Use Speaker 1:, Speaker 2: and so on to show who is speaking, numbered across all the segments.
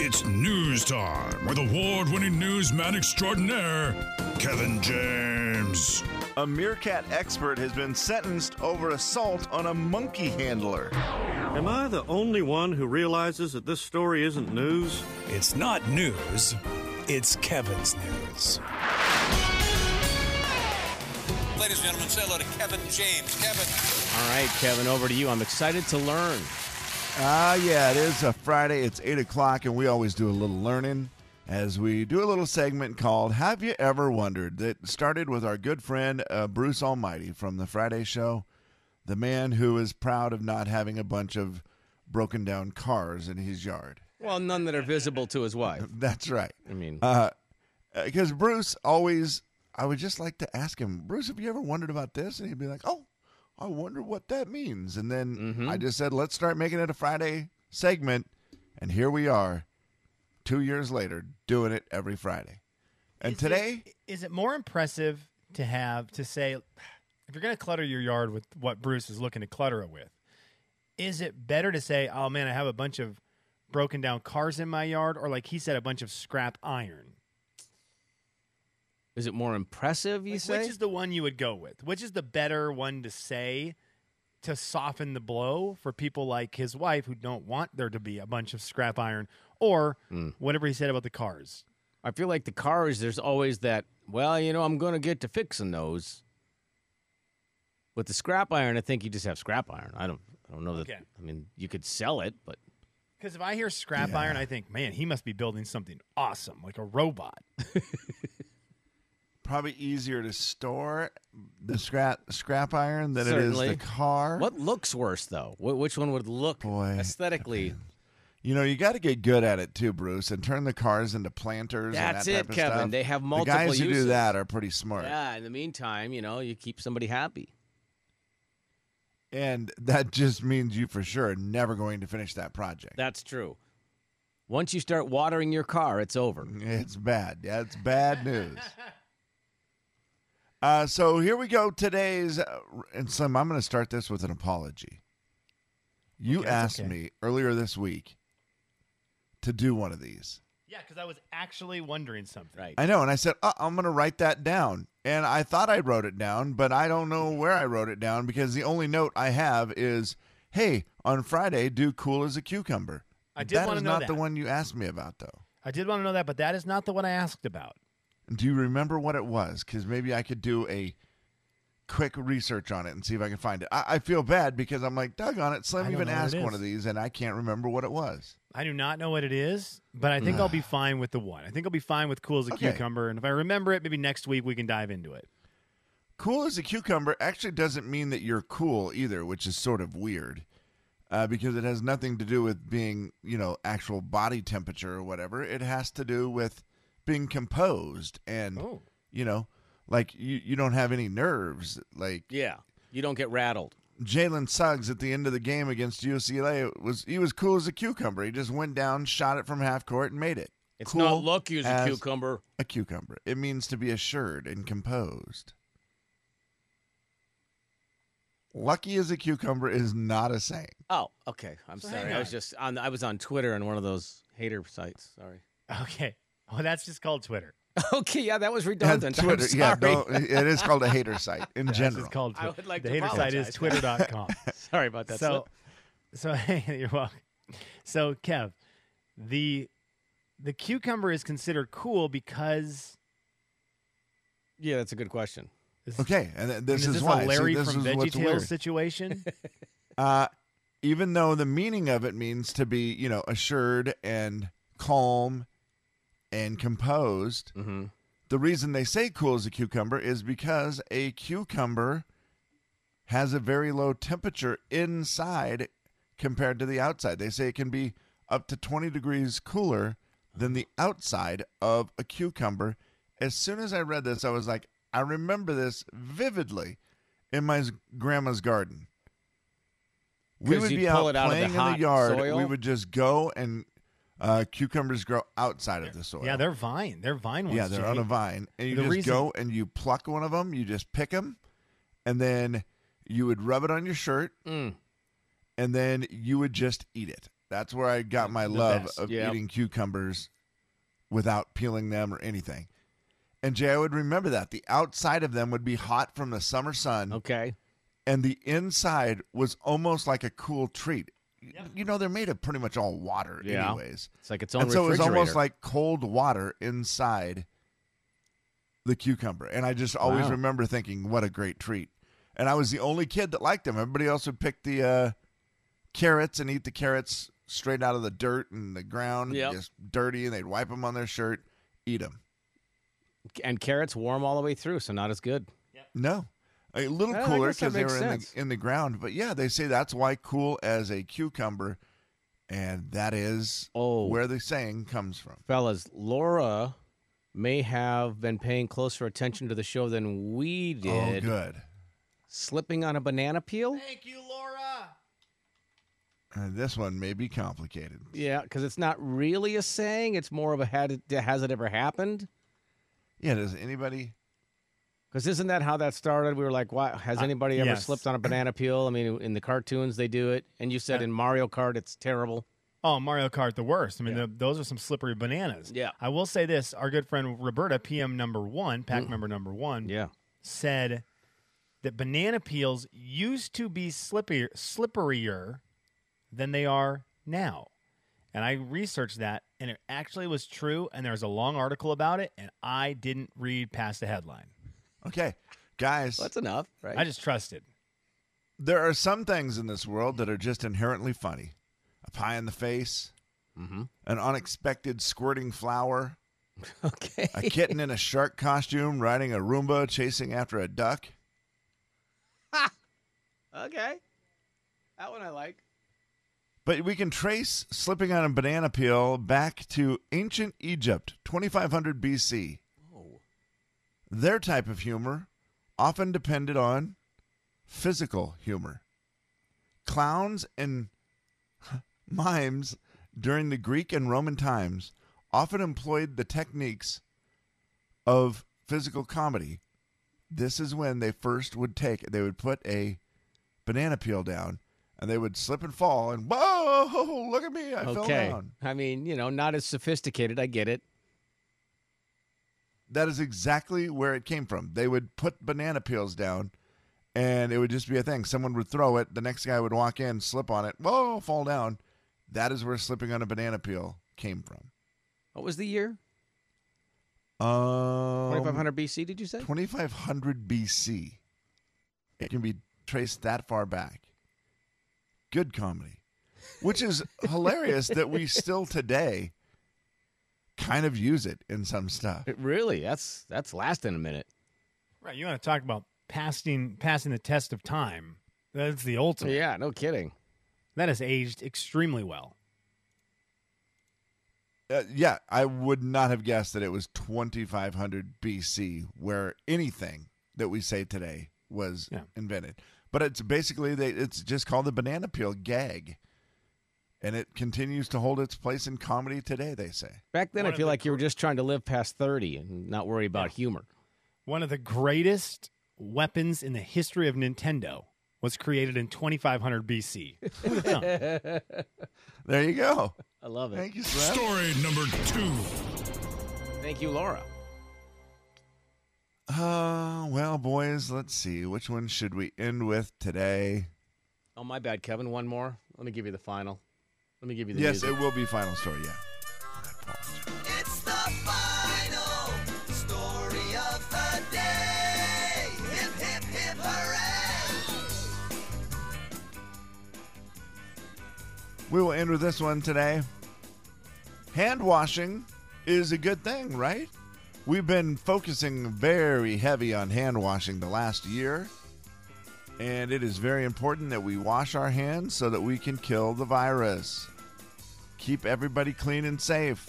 Speaker 1: It's news time with award winning newsman extraordinaire, Kevin James.
Speaker 2: A meerkat expert has been sentenced over assault on a monkey handler.
Speaker 3: Am I the only one who realizes that this story isn't news?
Speaker 4: It's not news, it's Kevin's news.
Speaker 5: Ladies and gentlemen, say hello to Kevin James. Kevin.
Speaker 6: All right, Kevin, over to you. I'm excited to learn.
Speaker 2: Ah, yeah, it is a Friday. It's 8 o'clock, and we always do a little learning as we do a little segment called Have You Ever Wondered? that started with our good friend uh, Bruce Almighty from the Friday show, the man who is proud of not having a bunch of broken down cars in his yard.
Speaker 6: Well, none that are visible to his wife.
Speaker 2: That's right.
Speaker 6: I mean,
Speaker 2: Because Bruce always, I would just like to ask him, Bruce, have you ever wondered about this? And he'd be like, oh, I wonder what that means. And then
Speaker 6: Mm-hmm.
Speaker 2: I just said, let's start making it a Friday segment. And here we are, two years later, doing it every Friday. And
Speaker 7: Is
Speaker 2: today,
Speaker 7: it- is it more impressive to have to say if you're going to clutter your yard with what Bruce is looking to clutter it with? Is it better to say, "Oh man, I have a bunch of broken down cars in my yard," or like he said, a bunch of scrap iron?
Speaker 6: is it more impressive, you
Speaker 7: Like,
Speaker 6: say?
Speaker 7: which is the one you would go with? Which is the better one to say to soften the blow for people like his wife who don't want there to be a bunch of scrap iron or whatever he said about the cars?
Speaker 6: I feel like the cars, there's always that, well, you know, I'm going to get to fixing those. With the scrap iron, I think you just have scrap iron. I don't I don't know that.
Speaker 7: Okay.
Speaker 6: I mean, you could sell it, but
Speaker 7: Because if I hear scrap iron, I think, man, he must be building something awesome, like a robot.
Speaker 2: probably easier to store the scrap scrap iron than
Speaker 6: Certainly.
Speaker 2: it is the car.
Speaker 6: what looks worse, though? Wh- which one would look
Speaker 2: Boy.
Speaker 6: aesthetically?
Speaker 2: You know, you got to get good at it too, Bruce, and turn the cars into planters.
Speaker 6: That's
Speaker 2: and that
Speaker 6: it,
Speaker 2: type of
Speaker 6: Kevin.
Speaker 2: stuff.
Speaker 6: They have
Speaker 2: The guys
Speaker 6: multiple
Speaker 2: who
Speaker 6: uses.
Speaker 2: do that are pretty smart.
Speaker 6: Yeah, in the meantime, you know, you keep somebody happy.
Speaker 2: And that just means you for sure are never going to finish that project.
Speaker 6: That's true. Once you start watering your car, it's over.
Speaker 2: It's bad. That's bad news. Uh, so here we go. Today's uh, and Slim. I'm going to start this with an apology. You
Speaker 7: Okay,
Speaker 2: asked
Speaker 7: okay.
Speaker 2: me earlier this week to do one of these.
Speaker 7: Yeah, because I was actually wondering something.
Speaker 6: Right.
Speaker 2: I know, and I said uh, I'm going to write that down. And I thought I wrote it down, but I don't know where I wrote it down because the only note I have is, "Hey, on Friday, do cool as a cucumber."
Speaker 7: I did
Speaker 2: That
Speaker 7: wanna
Speaker 2: is
Speaker 7: know
Speaker 2: not the
Speaker 7: that.
Speaker 2: one you asked me about, though.
Speaker 7: I did want to know that, but that is not the one I asked about.
Speaker 2: Do you remember what it was? Because maybe I could do a quick research on it and see if I can find it. I, I feel bad because I'm like, Doug on it.
Speaker 7: I
Speaker 2: Slim
Speaker 7: don't
Speaker 2: even
Speaker 7: know what it
Speaker 2: asked one
Speaker 7: is.
Speaker 2: of these, and I can't remember what it was.
Speaker 7: I do not know what it is, but I think I'll be fine with the one. I think I'll be fine with cool as a
Speaker 2: Mm. Okay.
Speaker 7: cucumber, and if I remember it, maybe next week we can dive into it.
Speaker 2: Cool as a cucumber actually doesn't mean that you're cool either, which is sort of weird. Uh, because it has nothing to do with being, you know, actual body temperature or whatever. It has to do with being composed and,
Speaker 7: Oh.
Speaker 2: you know, like you, you don't have any nerves. Like
Speaker 6: Yeah. You don't get rattled.
Speaker 2: Jalen Suggs at the end of the game against UCLA was he was cool as a cucumber. He just went down, shot it from half court, and made it.
Speaker 6: It's
Speaker 2: Cool
Speaker 6: not lucky as a
Speaker 2: as-
Speaker 6: cucumber.
Speaker 2: A cucumber. It means to be assured and composed. Lucky as a cucumber is not a saying.
Speaker 6: Oh, okay. I'm
Speaker 7: So
Speaker 6: sorry.
Speaker 7: hang
Speaker 6: I was
Speaker 7: on.
Speaker 6: just on. I was on Twitter and one of those hater sites. Sorry.
Speaker 7: Okay. Well, that's just called Twitter.
Speaker 6: Okay, yeah, that was
Speaker 2: Yeah,
Speaker 6: redundant. I'm
Speaker 2: Twitter-
Speaker 6: sorry.
Speaker 2: yeah, don't- it is called a hater site in
Speaker 7: That's
Speaker 2: general.
Speaker 7: just called
Speaker 6: I
Speaker 7: Twitter.
Speaker 6: would like
Speaker 7: the
Speaker 6: to
Speaker 7: hater site is
Speaker 6: apologize.
Speaker 7: twitter.com.
Speaker 6: sorry about that.
Speaker 7: so,
Speaker 6: slip.
Speaker 7: so you're welcome. So, Kev, the the cucumber is considered cool because
Speaker 6: yeah, that's a good question.
Speaker 2: okay, and th- this
Speaker 7: and
Speaker 2: is,
Speaker 7: this
Speaker 2: why.
Speaker 7: a
Speaker 2: See,
Speaker 7: Larry
Speaker 2: this
Speaker 7: from
Speaker 2: is what's
Speaker 7: VeggieTales
Speaker 2: weird.
Speaker 7: situation.
Speaker 2: Uh, even though the meaning of it means to be, you know, assured and calm and composed,
Speaker 6: Mm-hmm.
Speaker 2: the reason they say cool as a cucumber is because a cucumber has a very low temperature inside compared to the outside. They say it can be up to 20 degrees cooler than the outside of a cucumber. As soon as I read this, I was like, I remember this vividly in my s- grandma's garden. We
Speaker 6: 'Cause
Speaker 2: would
Speaker 6: you'd
Speaker 2: be out
Speaker 6: pull it out of the
Speaker 2: playing in
Speaker 6: hot
Speaker 2: the yard. We
Speaker 6: soil?
Speaker 2: would just go and uh, cucumbers grow outside of the soil.
Speaker 7: yeah, they're vine. They're vine ones.
Speaker 2: Yeah, they're on
Speaker 7: Jay.
Speaker 2: a vine, and you
Speaker 7: The
Speaker 2: just
Speaker 7: reason-
Speaker 2: go and you pluck one of them. You just pick them, and then you would rub it on your shirt,
Speaker 6: Mm.
Speaker 2: and then you would just eat it. That's where I got my love
Speaker 7: best.
Speaker 2: of
Speaker 6: Yep.
Speaker 2: eating cucumbers without peeling them or anything. And Jay, I would remember that. The outside of them would be hot from the summer sun,
Speaker 6: Okay.
Speaker 2: and the inside was almost like a cool treat. You know, they're made of pretty much all water,
Speaker 6: Yeah.
Speaker 2: anyways.
Speaker 6: It's like its own
Speaker 2: and so it was
Speaker 6: refrigerator.
Speaker 2: almost like cold water inside the cucumber. And I just always
Speaker 6: Wow.
Speaker 2: remember thinking, what a great treat. And I was the only kid that liked them. Everybody else would pick the uh, carrots and eat the carrots straight out of the dirt and the ground,
Speaker 6: Yep.
Speaker 2: just dirty, and they'd wipe them on their shirt, eat them.
Speaker 6: and carrots warm all the way through, so not as good.
Speaker 2: No. A little
Speaker 6: Yeah, I
Speaker 2: cooler
Speaker 6: guess
Speaker 2: because
Speaker 6: that
Speaker 2: they
Speaker 6: makes
Speaker 2: were in the,
Speaker 6: sense.
Speaker 2: in the ground. But yeah, they say that's why cool as a cucumber. And that is
Speaker 6: Oh.
Speaker 2: where the saying comes from.
Speaker 6: Fellas, Laura may have been paying closer attention to the show than we
Speaker 2: Oh,
Speaker 6: did.
Speaker 2: good.
Speaker 6: Slipping on a banana peel?
Speaker 7: Thank you, Laura.
Speaker 2: Uh, this one may be complicated.
Speaker 6: Yeah, because it's not really a saying. It's more of a had it, has it ever happened?
Speaker 2: Yeah, does anybody?
Speaker 6: Because isn't that how that started? We were like, "Why has anybody ever
Speaker 7: yes.
Speaker 6: slipped on a banana peel?" I mean, in the cartoons they do it, and you said in Mario Kart it's terrible.
Speaker 7: Oh, Mario Kart, the worst. I mean, the, those are some slippery bananas.
Speaker 6: Yeah.
Speaker 7: I will say this our good friend Roberta, PM number one, pack member number one,
Speaker 6: Mm. Yeah,
Speaker 7: said that banana peels used to be slippier, slipperier than they are now. And I researched that, and it actually was true. And there was a long article about it, and I didn't read past the headline.
Speaker 2: Okay, guys,
Speaker 6: well, that's enough, right?
Speaker 7: I just trusted.
Speaker 2: there are some things in this world that are just inherently funny. A pie in the face, an unexpected squirting flower,
Speaker 6: okay.
Speaker 2: a kitten in a shark costume riding a Roomba chasing after a duck.
Speaker 6: okay, that one I like.
Speaker 2: But we can trace slipping on a banana peel back to ancient Egypt, 2500 BC. Their type of humor often depended on physical humor. Clowns and mimes during the Greek and Roman times often employed the techniques of physical comedy. This is when they first would take, they would put a banana peel down and they would slip and fall and whoa look at me i fell
Speaker 6: Okay,
Speaker 2: down
Speaker 6: I mean, you know, not as sophisticated. I get it.
Speaker 2: that is exactly where it came from they would put banana peels down and it would just be a thing someone would throw it the next guy would walk in slip on it whoa fall down that is where slipping on a banana peel came from
Speaker 6: What was the year? Twenty five
Speaker 2: um,
Speaker 6: hundred BC? Did you say?
Speaker 2: 2500 bc it can be traced that far back good comedy which is hilarious that we still today kind of use it in some stuff
Speaker 6: It really? That's that's lasting a minute.
Speaker 7: Right. You want to talk about passing passing the test of time? That's the ultimate.
Speaker 6: Yeah, no kidding.
Speaker 7: That has aged extremely well.
Speaker 2: Uh, yeah, I would not have guessed that it was 2500 BC where anything that we say today was
Speaker 7: Yeah.
Speaker 2: invented. But it's basically they, it's just called the banana peel gag, and it continues to hold its place in comedy today. They say.
Speaker 6: Back then,
Speaker 7: One
Speaker 6: I
Speaker 7: of
Speaker 6: feel
Speaker 7: the
Speaker 6: like you were just trying to live past thirty and not worry about humor.
Speaker 7: One of the greatest weapons in the history of Nintendo was created in 2500 BC.
Speaker 2: There you go.
Speaker 6: I love it.
Speaker 2: Thank you, Slim.
Speaker 1: Story number two.
Speaker 6: Thank you, Laura.
Speaker 2: Uh, well, boys, let's see which one should we end with today.
Speaker 6: Oh, my bad, Kevin. One more. Let me give you the final. Let me give you the
Speaker 2: yes,
Speaker 6: music.
Speaker 2: it will be final story. Yeah. I apologize.
Speaker 8: It's the final story of the day. Hip, hip, hip, hooray!
Speaker 2: We will end with this one today. Hand washing is a good thing, right? We've been focusing very heavy on hand washing the last year, and it is very important that we wash our hands so that we can kill the virus. Keep everybody clean and safe.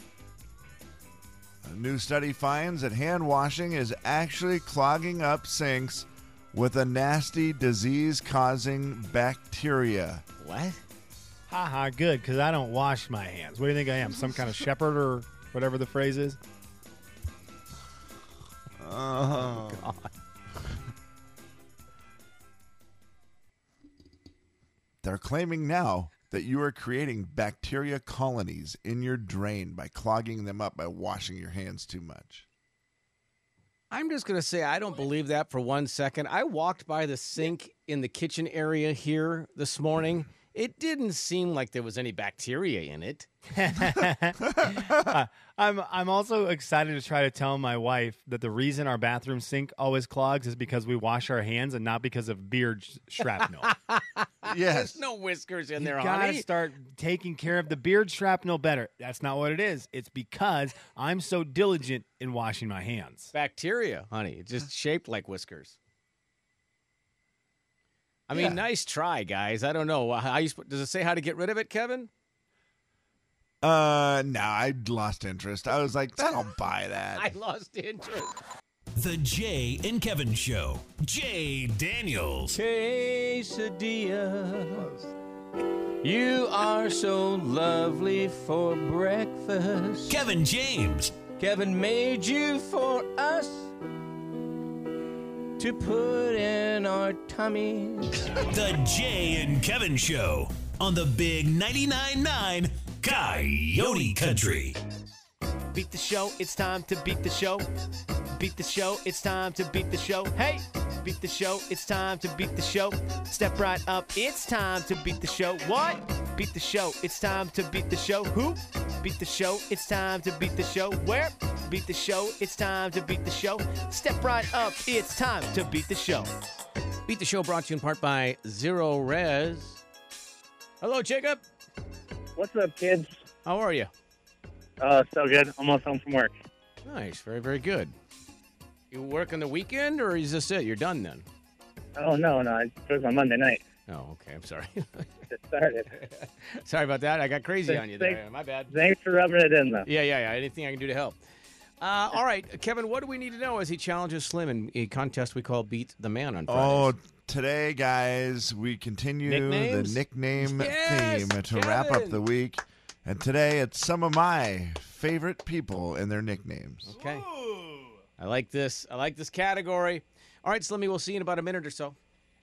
Speaker 2: A new study finds that hand washing is actually clogging up sinks with a nasty disease causing bacteria.
Speaker 6: What?
Speaker 7: Haha, good, because I don't wash my hands. What do you think I am? Some kind of shepherd or whatever the phrase is?
Speaker 2: They're claiming now that you are creating bacteria colonies in your drain by clogging them up by washing your hands too much.
Speaker 6: I'm just gonna say I don't believe that for one second. I walked by the sink in the kitchen area here this morning. It didn't seem like there was any bacteria in it.
Speaker 7: Uh, I'm I'm also excited to try to tell my wife that the reason our bathroom sink always clogs is because we wash our hands and not because of beer sh- shrapnel.
Speaker 2: Yes.
Speaker 6: No whiskers in
Speaker 7: you
Speaker 6: there,
Speaker 7: gotta
Speaker 6: honey.
Speaker 7: start taking care of the beard shrapnel better. That's not what it is. It's because I'm so diligent in washing my hands.
Speaker 6: bacteria, honey. It's just shaped like whiskers. I mean, nice try, guys. I don't know how you sp- does it say how to get rid of it, Kevin?
Speaker 2: Uh, no, I lost interest. I was like, I don't buy that.
Speaker 6: I lost interest.
Speaker 4: The Jay and Kevin Show. Jay Daniels.
Speaker 6: Quesadilla. You are so lovely for breakfast.
Speaker 4: Kevin James.
Speaker 6: Kevin made you for us to put in our tummies.
Speaker 4: The Jay and Kevin Show on the Big 99.9 9 Coyote Country.
Speaker 9: Beat the show, it's time to beat the show. Beat the show, it's time to beat the show. Hey! Beat the show, it's time to beat the show. Step right up, it's time to beat the show. What? Beat the show, it's time to beat the show. Who? Beat the show, it's time to beat the show. Where? Beat the show, it's time to beat the show. Step right up, it's time to beat the show.
Speaker 6: Beat the show brought to you in part by Zero Res. Hello, Jacob.
Speaker 10: What's up, kids?
Speaker 6: How are you?
Speaker 10: Uh, so good. Almost home from work.
Speaker 6: Nice, very, very good. You work on the weekend, or is this it? You're done then?
Speaker 10: Oh no, no, I chose on Monday night.
Speaker 6: Oh, okay. I'm sorry.
Speaker 10: Just started.
Speaker 6: sorry about that. I got crazy
Speaker 10: Thanks,
Speaker 6: on you there.
Speaker 10: thanks.
Speaker 6: My bad.
Speaker 10: Thanks for rubbing it in, though.
Speaker 6: Yeah, yeah, yeah. Anything I can do to help. Uh, all right, Kevin. What do we need to know as he challenges Slim in a contest we call "Beat the Man" on
Speaker 2: Oh,
Speaker 6: Fridays?
Speaker 2: today, guys, we continue
Speaker 6: Nicknames?
Speaker 2: the nickname
Speaker 6: Yes,
Speaker 2: theme to wrap up
Speaker 6: Kevin.
Speaker 2: the week. And today, it's some of my favorite people and their nicknames.
Speaker 6: okay. I like this. I like this category. All right, Slimmy. We'll see you in about a minute or so.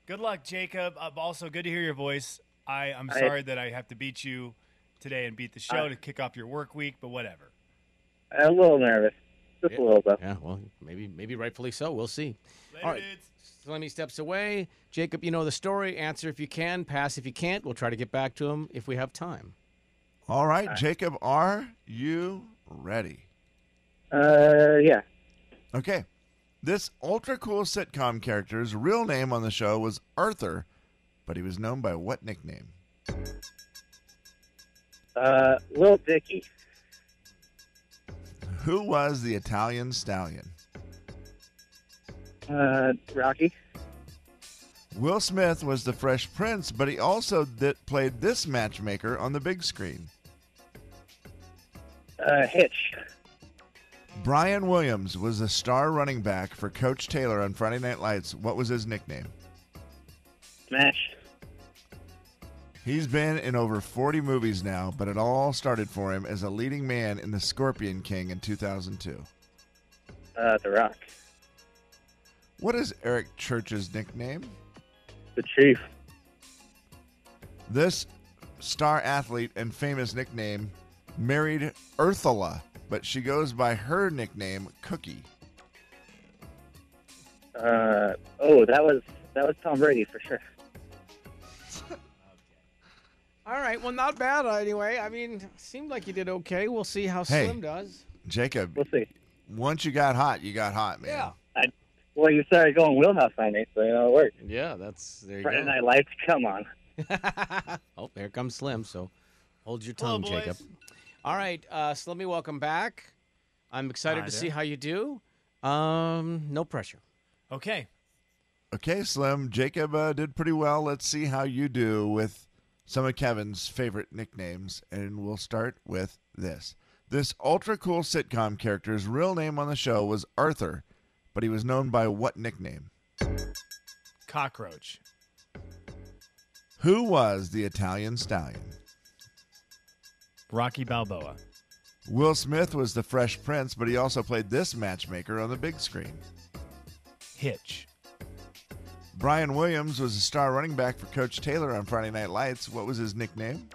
Speaker 7: Good luck, Jacob. Uh, also, good to hear your voice. I, I'm
Speaker 10: I-
Speaker 7: sorry that I have to beat you today and beat the show
Speaker 10: I-
Speaker 7: to kick off your work week, but whatever.
Speaker 10: I'm a little nervous, just a little though.
Speaker 6: Yeah. Well, maybe, maybe rightfully so. We'll see.
Speaker 7: Later,
Speaker 6: all right.
Speaker 7: dudes.
Speaker 6: Slimmy steps away. Jacob, you know the story. Answer if you can. Pass if you can't. We'll try to get back to him if we have time.
Speaker 2: All
Speaker 6: Uh,
Speaker 2: right, Jacob, are you ready?
Speaker 10: Uh, yeah.
Speaker 2: Okay. This ultra cool sitcom character's real name on the show was Arthur, but he was known by what nickname?
Speaker 10: Uh, Lil Dicky,
Speaker 2: Who was the Italian stallion?
Speaker 10: uh, Rocky,
Speaker 2: Will Smith was the Fresh Prince, but he also th- played this matchmaker on the big screen.
Speaker 10: uh, Hitch,
Speaker 2: Brian Williams was the star running back for Coach Taylor on Friday Night Lights. What was his nickname?
Speaker 10: Smash.
Speaker 2: He's been in over 40 movies now, but it all started for him as a leading man in The Scorpion King in 2002.
Speaker 10: Uh, The Rock,
Speaker 2: What is Eric Church's nickname?
Speaker 10: The Chief,
Speaker 2: This star athlete and famous nickname married Ursula, but she goes by her nickname Cookie.
Speaker 10: uh, oh, that was that was Tom Brady for sure.
Speaker 6: All right. Well, not bad anyway. I mean, seemed like you did okay. We'll see how
Speaker 2: Hey.
Speaker 6: Slim does.
Speaker 2: Jacob,
Speaker 10: We'll see.
Speaker 2: once you got hot, you got hot, man.
Speaker 6: Yeah.
Speaker 10: Well, you started going wheelhouse on me, so you know it worked.
Speaker 6: Yeah, that's there you
Speaker 10: Friday Night Lights, come on.
Speaker 6: go. oh, there comes Slim. So hold your
Speaker 7: Hello,
Speaker 6: tongue, Jacob.
Speaker 7: boys.
Speaker 6: All right, uh, Slimmy, welcome back. I'm excited
Speaker 7: Hi
Speaker 6: to
Speaker 7: there.
Speaker 6: see how you do. Um, no pressure.
Speaker 7: Okay.
Speaker 2: Okay, Slim, Jacob uh, did pretty well. Let's see how you do with some of Kevin's favorite nicknames, and we'll start with this. This ultra cool sitcom character's real name on the show was Arthur, but he was known by what nickname?
Speaker 7: Cockroach.
Speaker 2: Who was the Italian stallion?
Speaker 7: Rocky Balboa.
Speaker 2: Will Smith was the Fresh Prince, but he also played this matchmaker on the big screen.
Speaker 7: Hitch.
Speaker 2: Brian Williams was a star running back for Coach Taylor on Friday Night Lights. What was his nickname?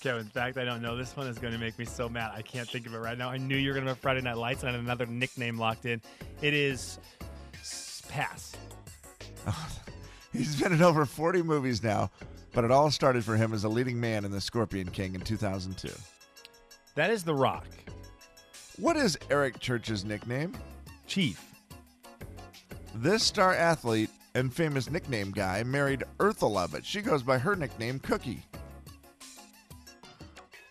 Speaker 7: Kevin, the fact that I don't know this one is going to make me so mad. I can't think of it right now. I knew you were going to have Friday Night Lights, and I had another nickname locked in. It is s- pass.
Speaker 2: He's been in over 40 movies now, but it all started for him as a leading man in The Scorpion King in 2002.
Speaker 7: That is The Rock.
Speaker 2: What is Eric Church's nickname?
Speaker 7: Chief.
Speaker 2: This star athlete and famous nickname guy married Ursula, but she goes by her nickname Cookie.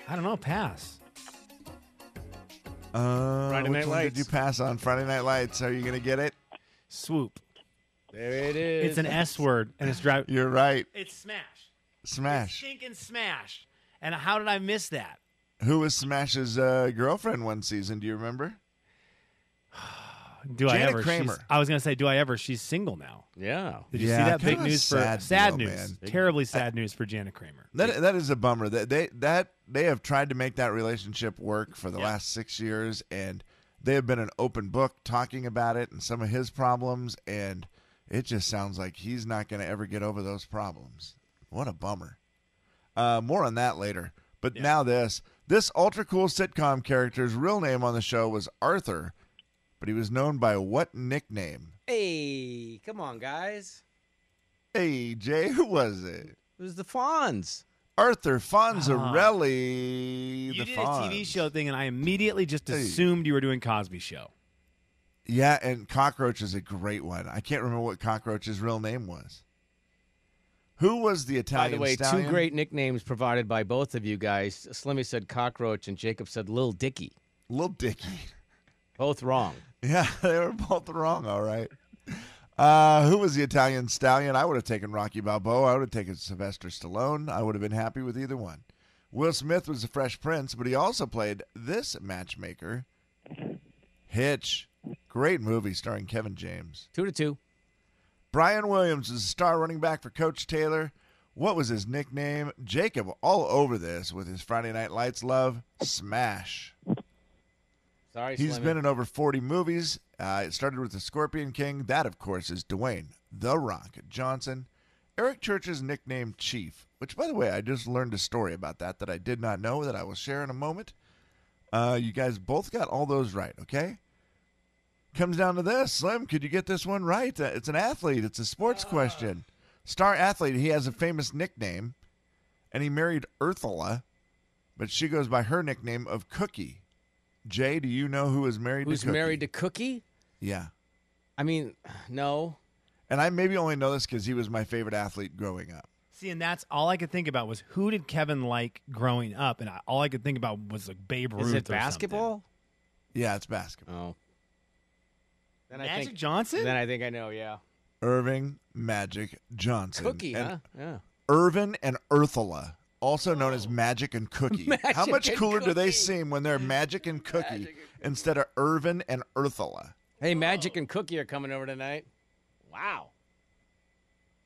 Speaker 7: I don't know. Pass.
Speaker 2: Uh,
Speaker 6: Friday
Speaker 2: which
Speaker 6: Night
Speaker 2: one
Speaker 6: Lights.
Speaker 2: did you pass on Friday Night Lights? Are you going to get it?
Speaker 7: Swoop.
Speaker 6: There it is.
Speaker 7: It's an S word, and it's drive.
Speaker 2: You're right.
Speaker 7: It's smash.
Speaker 2: Smash.
Speaker 7: Stinking smash. And how did I miss that?
Speaker 2: Who was Smash's uh, girlfriend one season? Do you remember?
Speaker 7: Do I
Speaker 2: Janet
Speaker 7: ever?
Speaker 2: Kramer.
Speaker 7: She's- I was gonna say, do I ever? She's single now.
Speaker 6: Yeah.
Speaker 7: Did you
Speaker 2: Yeah,
Speaker 7: see that big
Speaker 2: kinda
Speaker 7: news for
Speaker 2: sad
Speaker 7: sad
Speaker 2: deal,
Speaker 7: news?
Speaker 2: man.
Speaker 7: Terribly sad news for Janet Kramer.
Speaker 2: That that is a bummer. That they that they have tried to make that relationship work for the
Speaker 7: Yeah.
Speaker 2: last six years, and they have been an open book talking about it and some of his problems, and it just sounds like he's not going to ever get over those problems. What a bummer. Uh, more on that later. But now this this ultra cool sitcom character's real name on the show was Arthur, but he was known by what nickname?
Speaker 6: Hey, come on, guys.
Speaker 2: Hey Jay, who was it?
Speaker 6: It was the Fonz.
Speaker 2: Arthur Fonzarelli.
Speaker 7: You
Speaker 2: the
Speaker 7: did a
Speaker 2: Fonz.
Speaker 7: TV show thing, and I immediately just
Speaker 2: Hey.
Speaker 7: assumed you were doing Cosby Show.
Speaker 2: Yeah, and Cockroach is a great one. I can't remember what Cockroach's real name was. Who was the
Speaker 6: By
Speaker 2: Italian?
Speaker 6: the way,
Speaker 2: stallion?
Speaker 6: two great nicknames provided by both of you guys. Slimmy said cockroach and Jacob said Lil Dicky.
Speaker 2: Little Dicky.
Speaker 6: Both wrong.
Speaker 2: Yeah, they were both wrong. All right. Uh, who was the Italian stallion? I would have taken Rocky Balboa. I would have taken Sylvester Stallone. I would have been happy with either one. Will Smith was the Fresh Prince, but he also played this matchmaker, Hitch. Great movie starring Kevin James.
Speaker 6: Two to two.
Speaker 2: Brian Williams is a star running back for Coach Taylor. What was his nickname? Jacob, all over this with his Friday Night Lights love, Smash.
Speaker 6: Sorry,
Speaker 2: He's
Speaker 6: Slimmy.
Speaker 2: been in over 40 movies. Uh, it started with The Scorpion King. That, of course, is Dwayne The Rock Johnson. Eric Church's nickname, Chief, which, by the way, I just learned a story about that that I did not know that I will share in a moment. Uh, you guys both got all those right, okay? Comes down to this Slim, could you get this one right? Uh, it's an athlete, it's a sports question. Star athlete, he has a famous nickname, and he married Ursula, but she goes by her nickname of Cookie. Jay, do you know who is married
Speaker 6: Who's
Speaker 2: to Cookie?
Speaker 6: married to Cookie?
Speaker 2: Yeah.
Speaker 6: I mean, no.
Speaker 2: And I maybe only know this because he was my favorite athlete growing up.
Speaker 7: See, and that's all I could think about was who did Kevin like growing up, and I, all I could think about was like Babe Ruth.
Speaker 6: Is it
Speaker 7: or
Speaker 6: basketball?
Speaker 2: Yeah, it's basketball.
Speaker 6: Oh. Then
Speaker 7: something. Magic
Speaker 6: I think
Speaker 7: Johnson.
Speaker 6: Then I think I know, yeah.
Speaker 2: Irving Magic Johnson.
Speaker 6: Cookie,
Speaker 2: and
Speaker 6: huh? Yeah.
Speaker 2: Irvin and Ursula, also known as Magic and Cookie. How
Speaker 6: Magic
Speaker 2: much
Speaker 6: and
Speaker 2: cooler do they
Speaker 6: Cookie.
Speaker 2: seem when they're Magic and Cookie instead of Irvin and Ursula?
Speaker 6: Hey, Magic and Cookie are coming over tonight. Wow.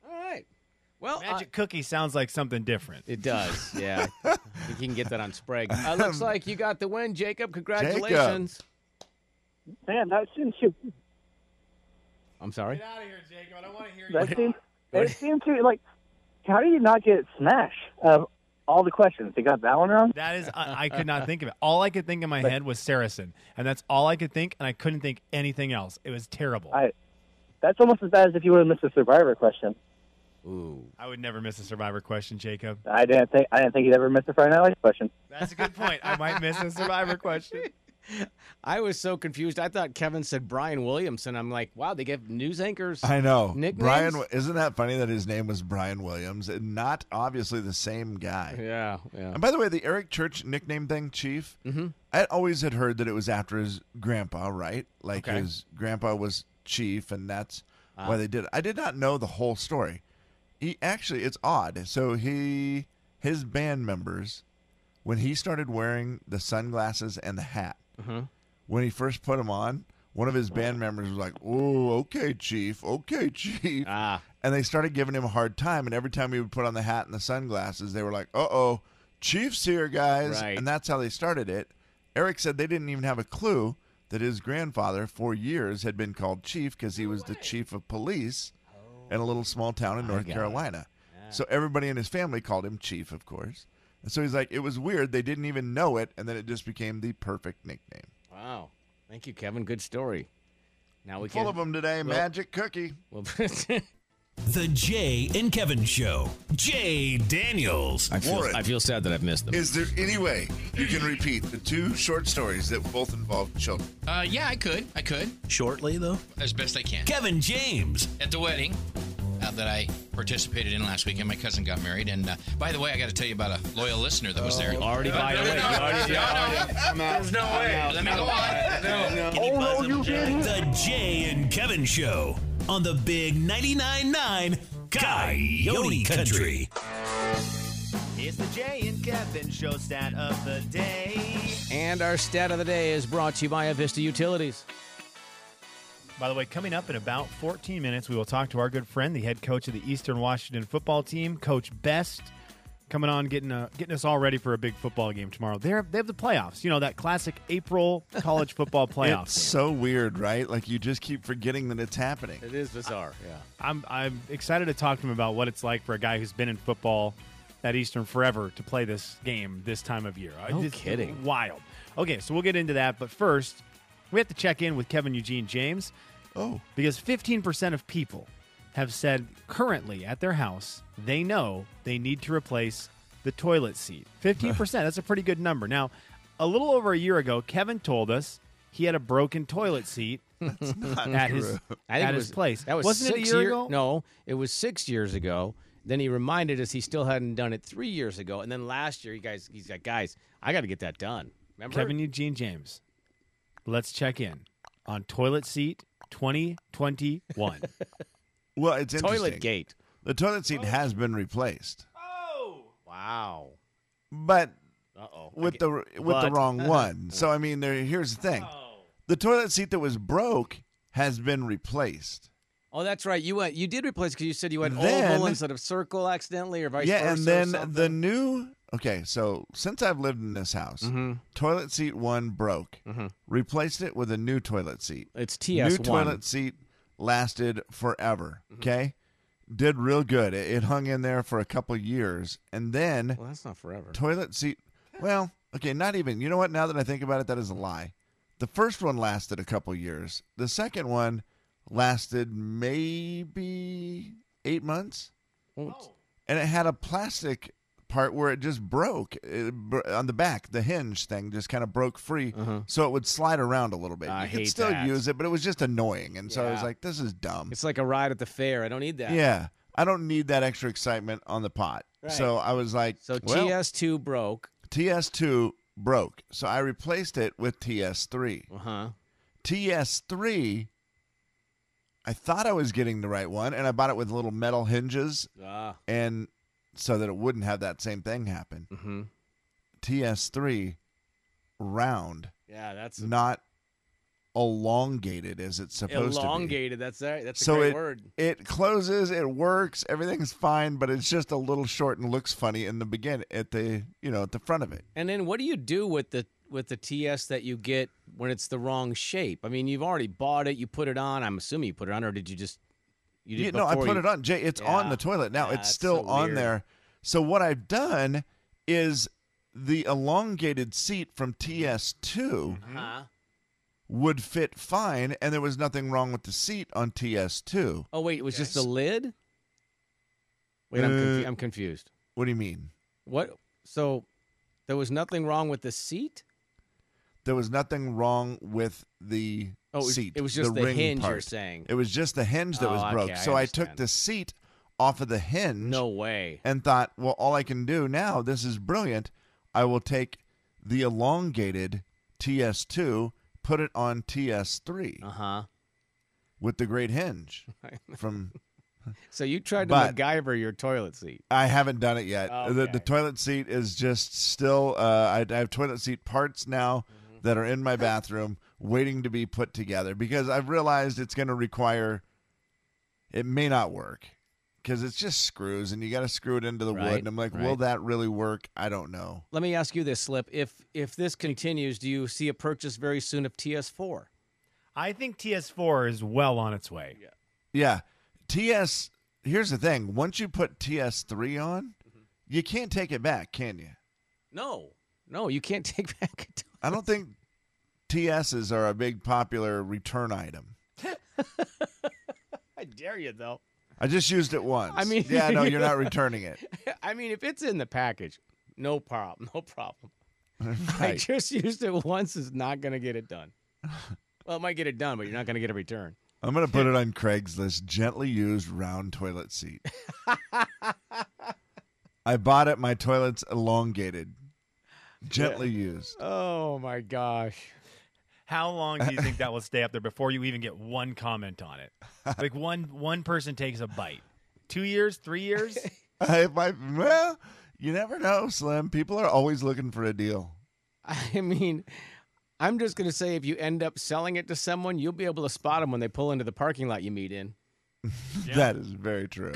Speaker 6: All right. Well, uh, I-
Speaker 7: Magic Cookie sounds like something different.
Speaker 6: It does, yeah. I think you can get that on Sprague. Uh, looks like you got the win, Jacob. Congratulations.
Speaker 10: Man, that seems to
Speaker 6: I'm sorry.
Speaker 7: out of here, Jacob. I don't want to hear
Speaker 10: that seems it seemed to like. How do you not get smash of all the questions? They got that one wrong.
Speaker 7: That is, I, I could not think of it. All I could think in my head was Saracen, and that's all I could think, and I couldn't think anything else. It was terrible. I,
Speaker 10: I- That's almost as bad as if you would have missed the survivor question.
Speaker 6: Ooh.
Speaker 7: would never miss a Survivor question, Jacob.
Speaker 10: I didn't think I didn't think you'd ever miss a Friday Night Lights question.
Speaker 7: That's a good point. I might miss a Survivor question.
Speaker 6: I was so confused. I thought Kevin said Brian Williamson. I'm like, wow, they give news anchors.
Speaker 2: I know.
Speaker 6: Nicknames?
Speaker 2: Brian, isn't that funny that his name was Brian Williams and not obviously the same guy?
Speaker 6: yeah, yeah.
Speaker 2: And by the way, the Eric Church nickname thing, Chief, I always had heard that it was after his grandpa, right? Like
Speaker 7: Okay.
Speaker 2: his grandpa was Chief, and that's why they did it. I did not know the whole story. He actually, it's odd. So he, his band members, when he started wearing the sunglasses and the hat, when he first put them on, one of his band members was like, "Oh, okay, Chief. Okay, Chief."
Speaker 6: Ah.
Speaker 2: and they started giving him a hard time. And every time he would put on the hat and the sunglasses, they were like, "Uh oh, Chief's here, guys!"
Speaker 6: Right.
Speaker 2: And that's how they started it. Eric said they didn't even have a clue that his grandfather, for years, had been called Chief because he was the chief of police in a little small town in North Carolina. So everybody in his family called him Chief, of course. And so he's like, it was weird. They didn't even know it, and then it just became the perfect nickname.
Speaker 6: Wow. Thank you, Kevin. Good story. Now we
Speaker 2: Full
Speaker 6: can.
Speaker 2: of them today.
Speaker 6: Well-
Speaker 2: Magic cookie.
Speaker 6: Well,
Speaker 4: The Jay and Kevin Show. Jay Daniels.
Speaker 11: I feel,
Speaker 2: Warren.
Speaker 11: I feel sad that I've missed them.
Speaker 2: Is there any way you can repeat the two short stories that both involve children?
Speaker 12: Uh, yeah, I could. I could.
Speaker 4: Shortly, though.
Speaker 12: As best I can.
Speaker 4: Kevin James.
Speaker 12: At the wedding uh, that I participated in last weekend, my cousin got married. And uh, by the way, I got to tell you about a loyal listener that was there.
Speaker 11: Already by the way. you already-
Speaker 12: No, no. There's no way. Let me go on. No.
Speaker 10: Oh, no, you didn't.
Speaker 4: The Jay and Kevin Show on the Big 99.9 Coyote Country.
Speaker 9: It's the Jay and Kevin show stat of the day.
Speaker 6: and our stat of the day is brought to you by Avista Utilities.
Speaker 7: By the way, coming up in about 14 minutes, we will talk to our good friend, the head coach of the Eastern Washington football team, Coach Best, coming on, getting uh, getting us all ready for a big football game tomorrow. They they have the playoffs, you know that classic April college football
Speaker 2: It's
Speaker 7: playoffs.
Speaker 2: so weird, right? Like you just keep forgetting that it's happening.
Speaker 6: It is bizarre. Yeah.
Speaker 7: I'm I'm excited to talk to him about what it's like for a guy who's been in football at Eastern forever to play this game this time of year.
Speaker 6: No
Speaker 7: It's
Speaker 6: kidding.
Speaker 7: Wild. Okay, so we'll get into that, but first we have to check in with Kevin Eugene James.
Speaker 2: Oh.
Speaker 7: because 15% of people have said currently at their house they know they need to replace the toilet seat. 15%, that's a pretty good number. Now, a little over a year ago, Kevin told us he had a broken toilet seat at his
Speaker 6: I think
Speaker 7: at
Speaker 6: it
Speaker 7: his
Speaker 6: was-
Speaker 7: place.
Speaker 6: That was
Speaker 7: Wasn't
Speaker 6: six
Speaker 7: it a year
Speaker 6: year-
Speaker 7: ago?
Speaker 6: No, it was six years ago. Then he reminded us he still hadn't done it three years ago, and then last year, you guys, he's like, guys, I got to get that done. Remember?
Speaker 7: Kevin Eugene James. Let's check in on toilet seat 2021.
Speaker 2: Well, it's interesting.
Speaker 6: toilet gate.
Speaker 2: The toilet seat has been replaced,
Speaker 6: Wow.
Speaker 2: but
Speaker 6: Uh oh.
Speaker 2: with the with the
Speaker 6: But-
Speaker 2: wrong one. So I mean, there. Here's the thing: the toilet seat that was broke has been replaced.
Speaker 6: Oh, that's right. You went. You did replace because you said you went
Speaker 2: Then-
Speaker 6: oval instead of circle accidentally, or vice
Speaker 2: yeah,
Speaker 6: versa.
Speaker 2: and
Speaker 6: or
Speaker 2: then the
Speaker 6: something.
Speaker 2: new. Okay, so since I've lived in this house,
Speaker 6: Mm-hmm.
Speaker 2: toilet seat one broke. Replaced it with a new toilet seat.
Speaker 6: it's TS
Speaker 2: new
Speaker 6: one. Mm-hmm.
Speaker 2: toilet seat lasted forever. Okay, did real good. It, it hung in there for a couple years, and then
Speaker 6: Well, that's not forever.
Speaker 2: toilet seat. Well, okay, not even. You know what? Now that I think about it, that is a lie. The first one lasted a couple years. The second one lasted maybe eight months, and it had a plastic part where it just broke it, br- on the back. The hinge thing just kind of broke free, so it would slide around a little bit.
Speaker 6: Uh-huh. I
Speaker 2: you could
Speaker 6: hate
Speaker 2: still
Speaker 6: that.
Speaker 2: use it, but it was just annoying. And so I was
Speaker 6: Yeah.
Speaker 2: like, "This is dumb."
Speaker 6: It's like a ride at the fair. I don't need that.
Speaker 2: yeah, I don't need that extra excitement on the pot.
Speaker 6: Right.
Speaker 2: So I was like,
Speaker 6: So
Speaker 2: well,
Speaker 6: TS two broke.
Speaker 2: TS2 broke, so I replaced it with TS3.
Speaker 6: Uh huh.
Speaker 2: TS3, I thought I was getting the right one, and I bought it with little metal hinges,
Speaker 6: Ah.
Speaker 2: and so that it wouldn't have that same thing happen.
Speaker 6: Mm-hmm.
Speaker 2: TS3, round,
Speaker 6: Yeah, that's
Speaker 2: not elongated as it's supposed to be.
Speaker 6: elongated. That's right. That's a
Speaker 2: So
Speaker 6: great
Speaker 2: it
Speaker 6: word.
Speaker 2: it closes, it works, everything's fine, but it's just a little short and looks funny in the begin at the you know at the front of it.
Speaker 6: And then what do you do with the with the TS that you get when it's the wrong shape? I mean, you've already bought it. You put it on. I'm assuming you put it on, or did you just you did
Speaker 2: Yeah, no, I
Speaker 6: before
Speaker 2: put
Speaker 6: you-
Speaker 2: it on. Jay, it's on
Speaker 6: Yeah.
Speaker 2: the toilet now.
Speaker 6: Yeah,
Speaker 2: it's
Speaker 6: it's
Speaker 2: still
Speaker 6: so
Speaker 2: on
Speaker 6: weird.
Speaker 2: there. So what I've done is the elongated seat from TS2
Speaker 6: Huh?
Speaker 2: would fit fine, and there was nothing wrong with the seat on TS2.
Speaker 6: Oh wait, it was just the
Speaker 12: Yes.
Speaker 6: lid. Wait, I'm, confu-
Speaker 2: Uh,
Speaker 6: I'm confused.
Speaker 2: What do you mean?
Speaker 6: What? So there was nothing wrong with the seat.
Speaker 2: There was nothing wrong with the
Speaker 6: Oh, it was,
Speaker 2: seat.
Speaker 6: it was just the,
Speaker 2: ring
Speaker 6: hinge.
Speaker 2: part.
Speaker 6: You're saying?
Speaker 2: It was just the hinge that
Speaker 6: Oh,
Speaker 2: was
Speaker 6: okay,
Speaker 2: broke.
Speaker 6: I
Speaker 2: so I took
Speaker 6: understand.
Speaker 2: the seat off of the hinge.
Speaker 6: No way.
Speaker 2: and thought, well, all I can do now, this is brilliant. I will take the elongated TS2, put it on TS3
Speaker 6: Uh huh.
Speaker 2: with the great hinge. From
Speaker 6: So you tried to
Speaker 2: But-
Speaker 6: MacGyver your toilet seat.
Speaker 2: I haven't done it yet. The, the
Speaker 6: Okay.
Speaker 2: toilet seat is just still. Uh, I, I have toilet seat parts now
Speaker 6: Mm-hmm.
Speaker 2: that are in my bathroom waiting to be put together because I've realized it's going to require. It may not work because it's just screws and you got to screw it into the wood.
Speaker 6: Right,
Speaker 2: And I'm like, will
Speaker 6: right.
Speaker 2: that really work? I don't know.
Speaker 6: Let me ask you this, Slip. If if this continues, do you see a purchase very soon of TS4?
Speaker 7: I think TS4 is well on its way.
Speaker 2: Yeah. TS
Speaker 6: Mm-hmm.
Speaker 2: here's the thing. Once you put TS three on, you can't take it back, can you?
Speaker 6: No, no, you can't take back.
Speaker 2: I don't think TSs are a big popular return item.
Speaker 6: I dare you though.
Speaker 2: I just used it once.
Speaker 6: I mean,
Speaker 2: yeah, no, you're not returning it.
Speaker 6: I mean, if it's in the package, no problem, no problem. I
Speaker 2: Right.
Speaker 6: just used it once is not going to get it done. Well, it might get it done, but you're not going to get a return.
Speaker 2: I'm gonna put it on Craigslist. Gently used round toilet seat. I bought it. My toilet's elongated. Gently used.
Speaker 6: Oh my gosh.
Speaker 7: How long do you think that will stay up there before you even get one comment on it? Like one one person takes a bite. Two years, three years?
Speaker 2: I, my, well, you never know, Slim. People are always looking for a deal.
Speaker 6: I mean, I'm just going to say if you end up selling it to someone, you'll be able to spot them when they pull into the parking lot you meet in.
Speaker 2: That is very true.